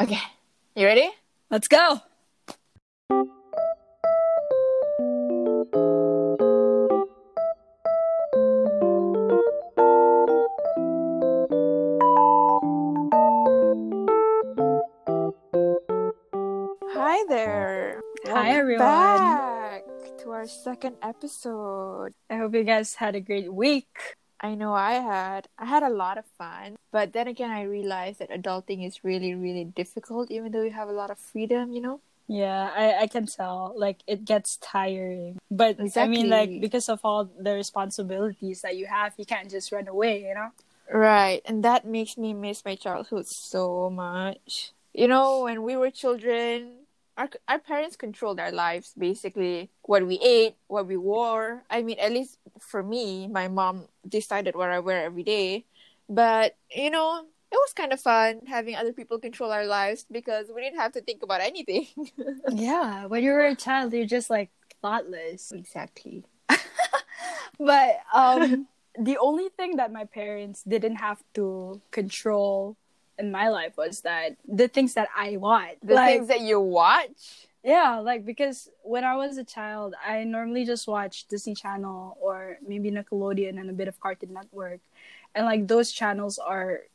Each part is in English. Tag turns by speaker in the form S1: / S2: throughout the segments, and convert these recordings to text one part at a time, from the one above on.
S1: Okay. You ready?
S2: Let's go.
S1: Hi there.
S2: Hi,
S1: Welcome
S2: everyone.
S1: Back to our second episode.
S2: I hope you guys had a great week.
S1: I know I had I had a lot of fun, but then again I realized that adulting is really really difficult even though you have a lot of freedom, you know?
S2: Yeah, I, I can tell. Like, it gets tiring. But I mean,
S1: Exactly.
S2: like, because of all the responsibilities that you have, you can't just run away, you know?
S1: Right, and that makes me miss my childhood so much. You know, when we were children, our our parents controlled our lives basically. What we ate, what we wore. I mean, at least for me, my mom decided what I wear every day. But you know, it was kind of fun having other people control our lives because we didn't have to think about anything.
S2: Yeah, when you were a child, you're just like thoughtless.
S1: exactly.
S2: But um, the only thing that my parents didn't have to control in my life was that the things that I want.
S1: The
S2: like,
S1: things that you watch.
S2: Yeah, like because when I was a child, I normally just watched Disney Channel or maybe Nickelodeon and a bit of Cartoon Network. And like those channels are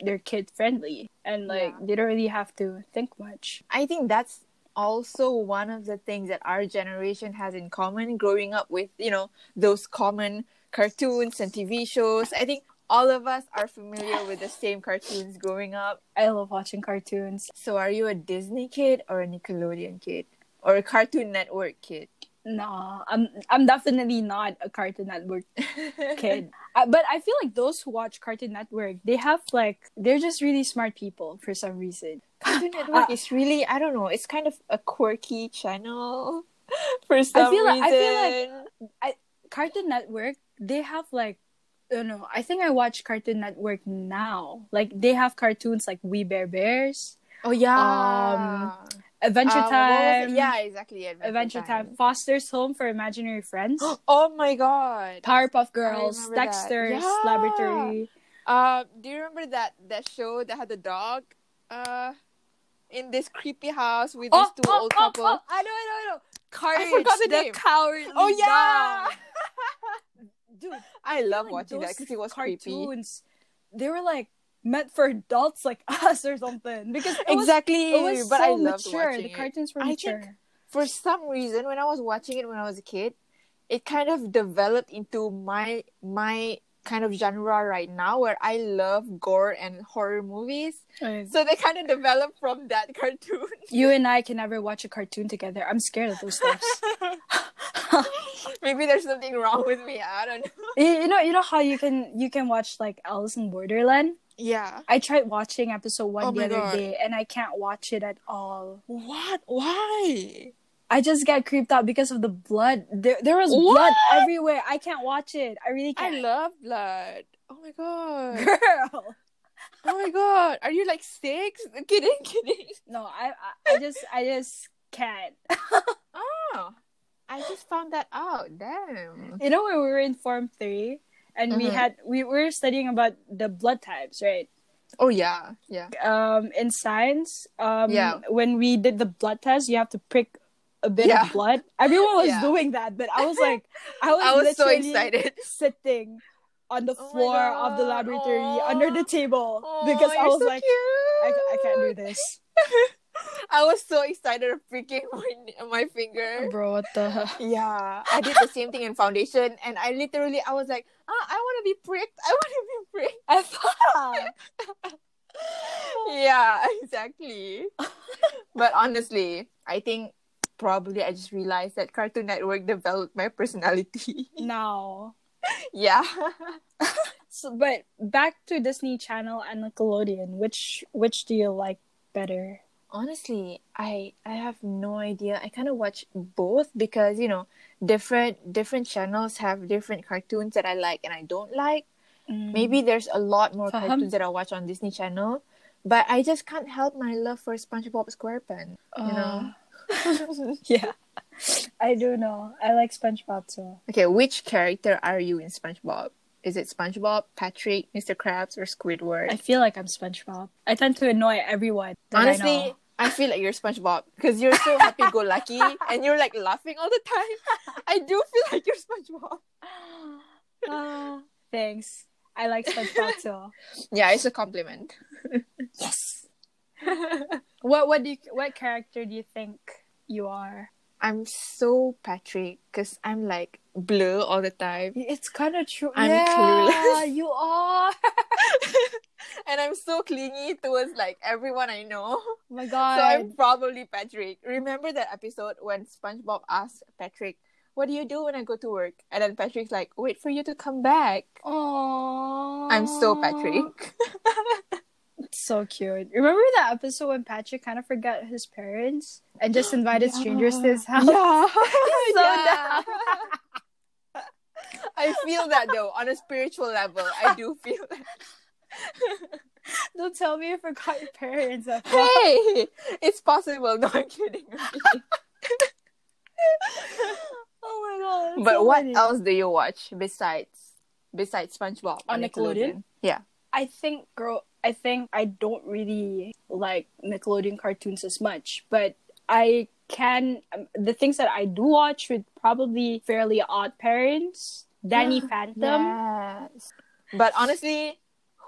S2: they're kid friendly and like
S1: Yeah.
S2: they don't really have to think much.
S1: I think that's also one of the things that our generation has in common growing up with, you know, those common cartoons and TV shows. I think all of us are familiar with the same cartoons growing up.
S2: I love watching cartoons.
S1: So are you a Disney kid or a Nickelodeon kid or a Cartoon Network kid?
S2: No, I'm I'm definitely not a Cartoon Network kid. I, but I feel like those who watch Cartoon Network, they have like they're just really smart people for some reason.
S1: Cartoon Network is really, I don't know, it's kind of a quirky channel for some
S2: feel like-
S1: reason.
S2: I feel like- Cartoon Network, they have like, I don't know. I think I watch Cartoon Network now. Like they have cartoons like We Bear Bears,
S1: oh yeah.
S2: Um, Adventure
S1: Uh, what was it?
S2: Time,
S1: Yeah, exactly. Adventure,
S2: Adventure Time. Foster's Home for Imaginary Friends,
S1: Oh my god.
S2: Powerpuff Girls,
S1: remember that.
S2: Dexter's
S1: Yeah.
S2: Laboratory.
S1: Uh, do you remember that that show that had the dog? Uh, in this creepy house with these two old couple.
S2: oh, I know, I know, I know. Courage,
S1: forgot the
S2: the
S1: name.
S2: cowardly
S1: Oh, yeah.
S2: dog. dude.
S1: I love
S2: like
S1: watching that
S2: those
S1: because it was creepy.
S2: cartoons, they were like meant for adults like us or something because it was
S1: Exactly,
S2: It was
S1: but
S2: so
S1: I loved
S2: mature.
S1: watching
S2: The
S1: it.
S2: cartoons were
S1: I
S2: mature.
S1: think- For some reason, when I was watching it when I was a kid, it kind of developed into my my kind of genre right now where I love gore and horror movies. So they kind of developed from that cartoon.
S2: you and I can never watch a cartoon together. I'm scared of those stuffs.
S1: Maybe there's something wrong with me. I don't know.
S2: you, you know, you know how you can you can watch like Alice in Borderland.
S1: Yeah.
S2: I tried watching episode one
S1: Oh
S2: the
S1: my
S2: other
S1: God.
S2: day, and I can't watch it at all.
S1: What? Why?
S2: I just get creeped out because of the blood. There, there was
S1: What?
S2: blood everywhere. I can't watch it. I really
S1: I
S2: can't.
S1: love blood. Oh my god.
S2: Girl,
S1: Oh my god. Are you like six? Kidding, kidding.
S2: no, I, I, I just, I just can't.
S1: Oh. I just found that out. Damn.
S2: You know when we were in Form Three, and we
S1: Mhm.
S2: had we were studying about the blood types, right?
S1: Oh yeah. Yeah.
S2: um in science um
S1: Yeah.
S2: when we did the blood test you have to prick a bit
S1: Yeah.
S2: of blood everyone was
S1: Yeah.
S2: doing that but i was like i was,
S1: I was so
S2: literally
S1: excited.
S2: sitting on the
S1: Oh my
S2: floor of the
S1: God.
S2: laboratory
S1: Aw.
S2: under the table because
S1: Aw,
S2: i
S1: you're
S2: was
S1: so
S2: like I, I can't do
S1: cute.
S2: this
S1: I was so excited of freaking my, my finger.
S2: bro what the
S1: Yeah, I did the same thing in foundation, and I literally I was like, ah, I want to be pricked. I want to be pricked.
S2: i thought
S1: Yeah, exactly. but honestly, I think probably I just realized that Cartoon Network developed my personality.
S2: no
S1: yeah.
S2: so, but back to disney channel and nickelodeon which which do you like better
S1: Honestly, I I have no idea. I kind of watch both because you know different different channels have different cartoons that I like and I don't like.
S2: Mm.
S1: Maybe there's a lot more
S2: Faham.
S1: cartoons that I watch on Disney Channel, but I just can't help my love for SpongeBob SquarePants. You know.
S2: uh, yeah i do know i like spongebob too
S1: Okay, which character are you in SpongeBob? Is it SpongeBob, Patrick, Mr. Krabs, or Squidward?
S2: I feel like I'm SpongeBob. I tend to annoy everyone. that I
S1: Honestly,
S2: know.
S1: I, feel like you're SpongeBob because you're so happy-go-lucky and you're like laughing all the time. I do feel like you're SpongeBob.
S2: Ah, thanks. I like SpongeBob too.
S1: Yeah, it's a compliment.
S2: yes. What what do you, what character do you think you are?
S1: I'm so Patrick because I'm like blur all the time
S2: It's kind of true.
S1: I'm
S2: yeah,
S1: clueless.
S2: You are.
S1: and I'm so clingy towards like everyone I know.
S2: Oh my
S1: So I'm
S2: god.
S1: probably Patrick. Remember that episode when SpongeBob asked Patrick, "What do you do when I go to work?" And then Patrick's like, "Wait for you to come back."
S2: Oh.
S1: I'm so Patrick.
S2: So cute. Remember that episode when Patrick kind of forgot his parents and just invited strangers to his house?
S1: Yeah.
S2: so
S1: Yeah. I feel that though on a spiritual level. I do feel that.
S2: Don't tell me you forgot your parents. Afra.
S1: Hey, it's possible. No, I'm kidding.
S2: oh my god. that's
S1: but
S2: so
S1: what
S2: funny.
S1: else do you watch besides besides SpongeBob
S2: On Nickelodeon?
S1: Yeah.
S2: I think girl I think I don't really like Nickelodeon cartoons as much, but I can um, the things that I do watch would probably Fairly Odd Parents, Danny Phantom.
S1: Yes. But honestly,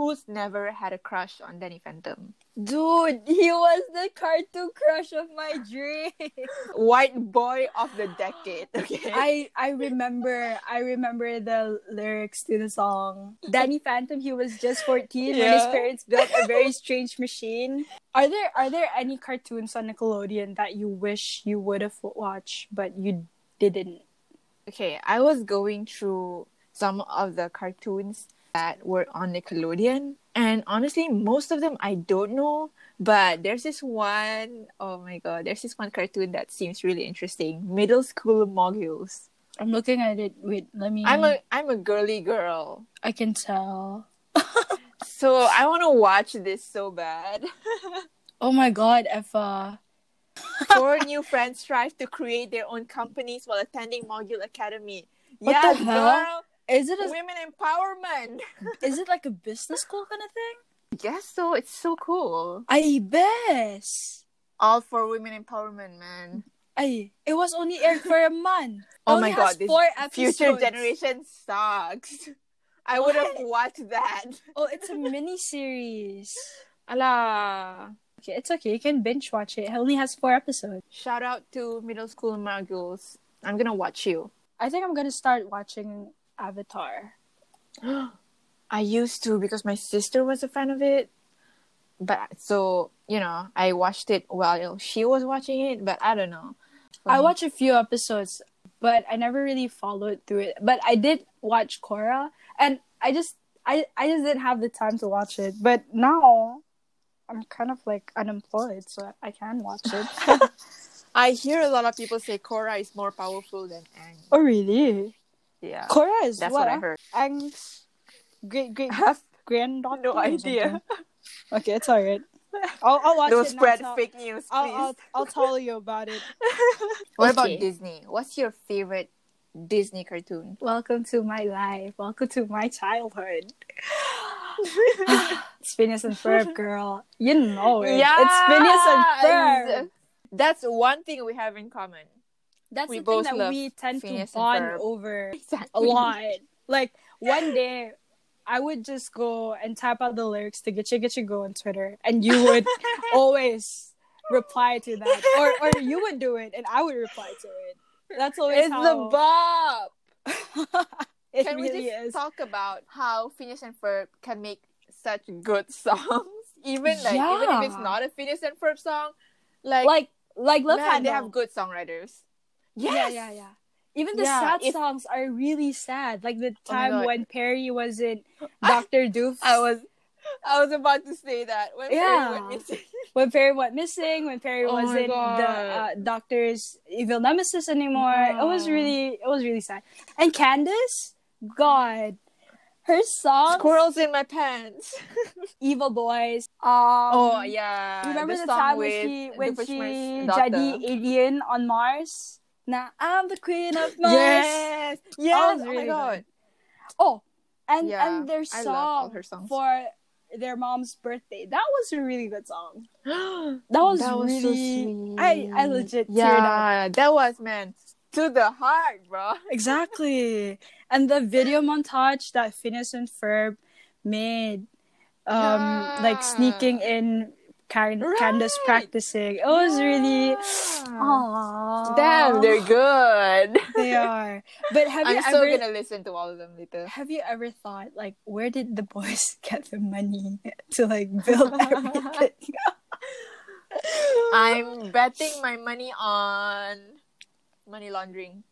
S1: who's never had a crush on Danny Phantom?
S2: Dude, he was the cartoon crush of my dream.
S1: White boy of the decade. Okay.
S2: I I remember I remember the lyrics to the song. Danny Phantom, he was just 14 when his
S1: Yeah.
S2: parents built a very strange machine. Are there are there any cartoons on Nickelodeon that you wish you would have watched but you didn't?
S1: okay, I was going through some of the cartoons that were on Nickelodeon, and honestly, most of them I don't know. But there's this one, oh my god, there's this one cartoon that seems really interesting. Middle school moguls.
S2: I'm looking at it. Wait, let me
S1: I'm a I'm a girly girl,
S2: I can tell.
S1: so I want to watch this so bad.
S2: Oh my god, Effa.
S1: Four new friends strive to create their own companies while attending Mogul Academy.
S2: What
S1: yeah,
S2: the hell? Is it
S1: girl, women empowerment.
S2: is it like a business school kind of thing?
S1: Yes, so it's so cool.
S2: I best.
S1: All for women empowerment, man.
S2: I it was only aired for a month.
S1: Oh my
S2: Only has
S1: god, this
S2: four
S1: future
S2: episodes.
S1: generation sucks. I would have watched that.
S2: Oh, it's a mini series.
S1: Ala.
S2: Okay, it's okay. You can binge watch it. It only has four episodes.
S1: Shout out to middle school moguls. I'm gonna watch you.
S2: I think I'm gonna start watching Avatar.
S1: I used to because my sister was a fan of it. But so, you know, I watched it while she was watching it, but I don't know.
S2: I watched a few episodes, but I never really followed through it. But I did watch Korra, and I just I I just didn't have the time to watch it. But now I'm kind of like unemployed, so I can watch it.
S1: I hear a lot of people say Korra is more powerful than Aang.
S2: oh really?
S1: Yeah.
S2: Korra is
S1: That's what
S2: what,
S1: I
S2: ah?
S1: heard.
S2: Ang's great great
S1: I have
S2: granddaughter.
S1: no
S2: or
S1: idea.
S2: something. Okay, it's alright. I'll, I'll watch
S1: Don't
S2: it. and I'll
S1: spread
S2: tell-
S1: fake news, please.
S2: I'll, I'll I'll tell you about it.
S1: What
S2: Okay.
S1: about Disney? What's your favorite Disney cartoon?
S2: Welcome to my life. Welcome to my childhood. It's Phineas and Ferb, girl. You know it. It's Phineas and Ferb.
S1: That's one thing we have in common.
S2: That's
S1: We
S2: the thing
S1: both
S2: that
S1: love
S2: we tend
S1: Phineas
S2: to
S1: and
S2: bond
S1: Ferb.
S2: over
S1: Exactly.
S2: a lot. like one day, I would just go and type out the lyrics to Getcha Getcha Go on Twitter, and you would always reply to that, or or you would do it, and I would reply to it. That's always
S1: It's
S2: how
S1: the Bob.
S2: it
S1: can
S2: really
S1: we just
S2: is.
S1: talk about how Phineas and Ferb can make such good songs? Even like even if it's
S2: Yeah.
S1: not a Phineas and Ferb song, like,
S2: like like love
S1: man, they
S2: Handle.
S1: have good songwriters.
S2: Yeah,
S1: Yes.
S2: yeah, yeah. Even the
S1: Yeah,
S2: sad
S1: if-
S2: songs are really sad. Like the
S1: Oh my
S2: time
S1: God.
S2: when Perry was in Doctor Doof.
S1: I was I was about to say that when
S2: Yeah.
S1: Perry went missing.
S2: when Perry went missing. When Perry
S1: Oh my
S2: wasn't the uh,
S1: God.
S2: Doctor's evil nemesis anymore. It was
S1: Yeah.
S2: really, it was really sad. And Candace, God, her songs,
S1: Squirrels in my pants.
S2: evil boys. Um,
S1: Oh yeah.
S2: Remember the,
S1: song
S2: time
S1: with
S2: when she
S1: the
S2: when
S1: Bushman's
S2: she
S1: daughter.
S2: jadi alien on Mars? Now I'm the queen of
S1: Oh,
S2: Mars.
S1: Yes. Yes.
S2: was
S1: Oh
S2: really
S1: my god.
S2: Oh, and
S1: Yeah,
S2: and their
S1: I
S2: song
S1: love all her songs.
S2: for their mom's birthday. That was a really good song. That
S1: Mm,
S2: was really I I legit teared up.
S1: yeah. That was man to the heart, bro.
S2: Exactly. And the video montage that Phineas and Ferb made um like
S1: Yeah.
S2: sneaking in kind
S1: Right.
S2: Candace practicing. It was really
S1: Yeah.
S2: Aww.
S1: Damn, they're good.
S2: they are. But have you
S1: I'm still
S2: ever
S1: gonna listen to all of them later.
S2: have you ever thought like where did the boys get the money to like build everything?
S1: I'm betting my money on money laundering.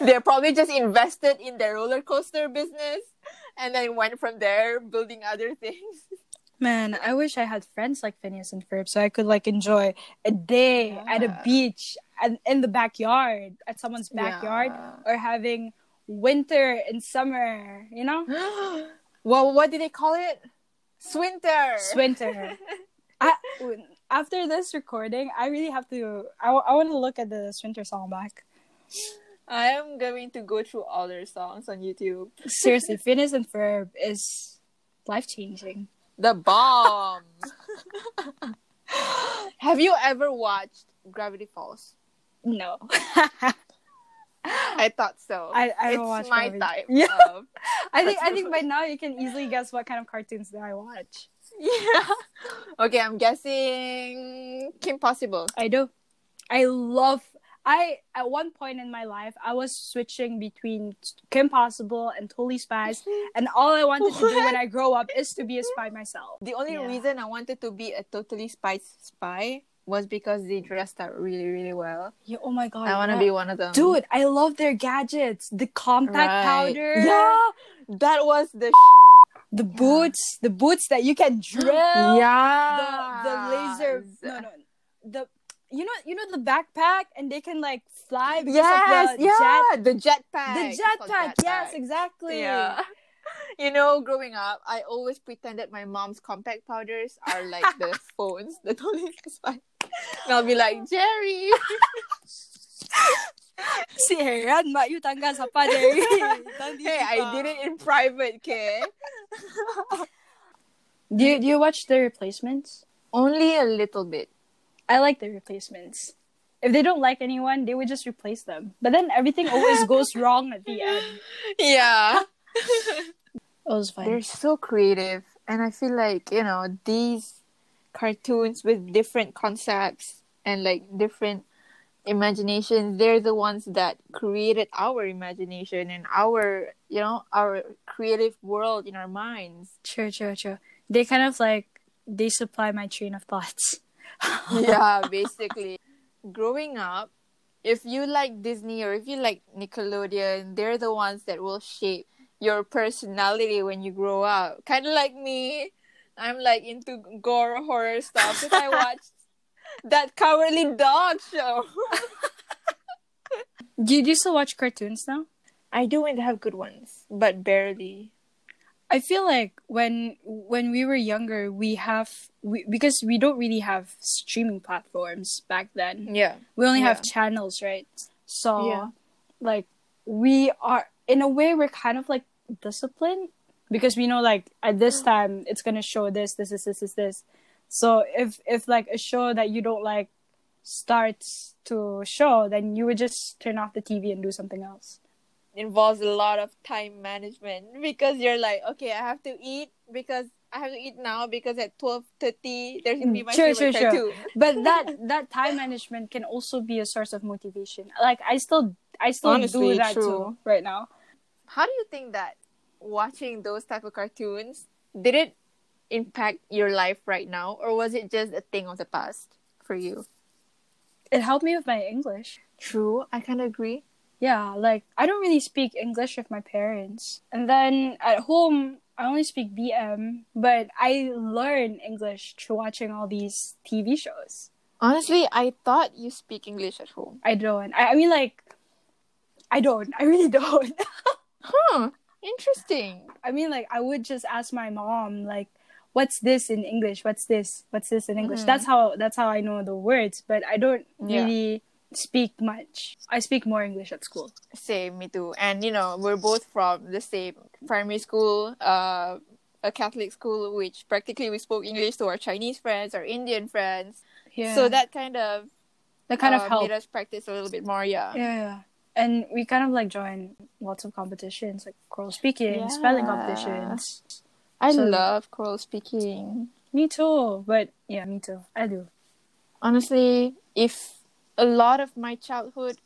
S1: They're probably just invested in their roller coaster business and then went from there building other things.
S2: Man, I wish I had friends like Phineas and Ferb so I could like enjoy a day at a
S1: Yeah.
S2: beach and in the backyard at someone's backyard or having winter and summer, you know?
S1: well, what do they call it? Swinter.
S2: Swinter. I after this recording, I really have to I, want to look at the Swinter song back.
S1: I am going to go through all their songs on YouTube.
S2: Seriously, Phineas and Ferb is life-changing.
S1: The bomb. Have you ever watched Gravity Falls?
S2: No.
S1: I thought so.
S2: I- I
S1: it's
S2: don't watch
S1: my
S2: Gravity-
S1: type.
S2: Yeah.
S1: Of,
S2: I think I think by now you can easily guess what kind of cartoons that I watch.
S1: yeah. Okay, I'm guessing Kim Possible.
S2: I do. I love. I at one point in my life I was switching between Kim Possible and Totally Spies, and all I wanted to do when I grow up is to be a spy myself.
S1: The only
S2: Yeah.
S1: reason I wanted to be a totally spice spy was because they dressed up really, really well.
S2: Yeah, oh my god!
S1: I want to be one of them.
S2: Dude, I love their gadgets. The compact
S1: Right.
S2: powder.
S1: Yeah, that was the.
S2: The boots. The boots that you can drill.
S1: yeah.
S2: The, the laser. No, no. The you know you know the backpack and they can like fly because
S1: Yes,
S2: of the jet
S1: yeah, the jetpack.
S2: The
S1: It's called
S2: jetpack, yes,
S1: jetpack.
S2: exactly.
S1: Yeah. You know, growing up, I always pretended my mom's compact powders are like the phones that only And I'll be like, Jerry.
S2: Si Heran, maayutangga sa pader.
S1: Hey, I did it in private, okay?
S2: Do you, do you watch The Replacements?
S1: Only a little bit.
S2: I like The Replacements. If they don't like anyone, they would just replace them. But then everything always goes wrong at the end.
S1: Yeah.
S2: It was fun.
S1: They're so creative. And I feel like, you know, these cartoons with different concepts and like different imaginations, they're the ones that created our imagination and our, you know, our creative world in our minds.
S2: True, true, true. They kind of like, they supply my train of thoughts.
S1: yeah, basically. Growing up, if you like Disney or if you like Nickelodeon, they're the ones that will shape your personality when you grow up. Kind of like me, I'm like into gore horror stuff because I watched that cowardly dog show.
S2: Do you, do you still watch cartoons now?
S1: I do want to have good ones, but barely.
S2: I feel like when when we were younger, we have we, because we don't really have streaming platforms back then.
S1: Yeah.
S2: we only have
S1: Yeah.
S2: channels right so
S1: Yeah.
S2: like we are in a way we're kind of like disciplined because we know like at this time it's going to show this this this this this this so if if like a show that you don't like starts to show then you would just turn off the tv and do something else
S1: involves a lot of time management because you're like, okay, I have to eat because I have to eat now because at twelve thirty there's gonna be my
S2: Sure,
S1: favorite
S2: sure, sure.
S1: cartoon.
S2: but that that time management can also be a source of motivation like i still i still do
S1: Honestly,
S2: that
S1: true.
S2: too right now
S1: How do you think that watching those type of cartoons did it impact your life right now, or was it just a thing of the past for you?
S2: it helped me with my english
S1: True, I kind of agree.
S2: Yeah, like I don't really speak English with my parents. And then at home, I only speak BM, but I learn English through watching all these TV shows.
S1: Honestly, I thought you speak English at home.
S2: I don't. I, I mean, like, I don't. I really don't.
S1: Huh? Interesting.
S2: I mean, like, I would just ask my mom, like, what's this in English? What's this? What's this in English?
S1: Mhm.
S2: That's how that's how I know the words, but I don't
S1: Yeah.
S2: really speak much. I speak more English at school.
S1: Same, me too. And you know, we're both from the same primary school, uh, a Catholic school, which practically we spoke English to our Chinese friends, our Indian friends.
S2: Yeah.
S1: So that kind of
S2: that kind
S1: uh,
S2: of
S1: made
S2: helped.
S1: us practice a little bit more. Yeah.
S2: yeah, yeah. And we kind of like join lots of competitions, like choral speaking, spelling
S1: Yeah.
S2: competitions.
S1: I
S2: So-
S1: love choral speaking.
S2: Me too. But yeah, me too. I do.
S1: honestly, if a lot of my childhood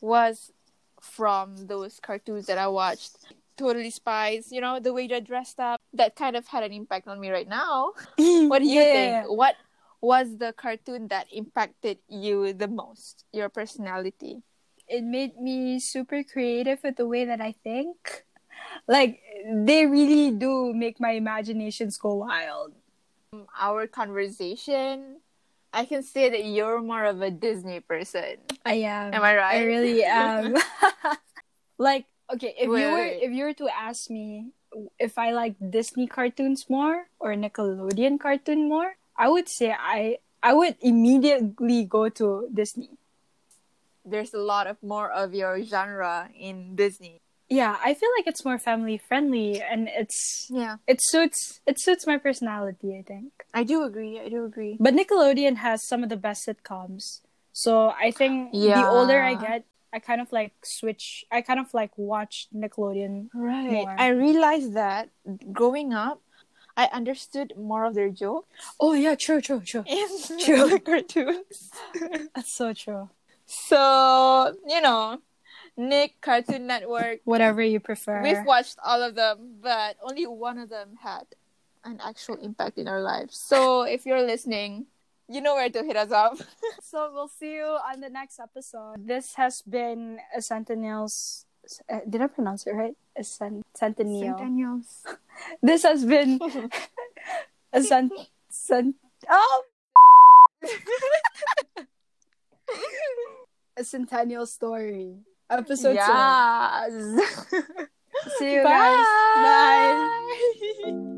S1: was from those cartoons that I watched, Totally Spies, you know, the way they dressed up, that kind of had an impact on me right now. What do you
S2: Yeah,
S1: think?
S2: yeah, yeah.
S1: What was the cartoon that impacted you the most? Your personality?
S2: It made me super creative with the way that I think. Like they really do make my imaginations go wild.
S1: Um, Our conversation? I can say that you're more of a Disney person.
S2: I am.
S1: Am I right?
S2: I really am. like, okay, if
S1: Wait,
S2: you were
S1: wait.
S2: if you were to ask me if I like Disney cartoons more or Nickelodeon cartoon more, I would say I I would immediately go to Disney.
S1: There's a lot of more of your genre in Disney.
S2: Yeah, I feel like it's more family friendly and it's
S1: Yeah.
S2: it suits it suits my personality, I think.
S1: I do agree. I do agree.
S2: But Nickelodeon has some of the best sitcoms. So I think the older I
S1: Yeah.
S2: get, I kind of like switch I kind of like watch Nickelodeon
S1: Right.
S2: More.
S1: I realized that growing up, I understood more of their jokes
S2: Oh yeah, true, true, true.
S1: in
S2: True.
S1: the cartoons.
S2: That's so true.
S1: So you know, Nick Cartoon Network.
S2: Whatever you prefer.
S1: We've watched all of them, but only one of them had an actual impact in our lives. So if you're listening, you know where to hit us up.
S2: so we'll see you on the next episode. This has been a Centennial's. Uh, did I pronounce it right? A cent- Centennial.
S1: Centennials.
S2: this has been a cent. cent- oh! a Centennial story. Episode
S1: yes.
S2: two. See you guys. Bye.
S1: Bye.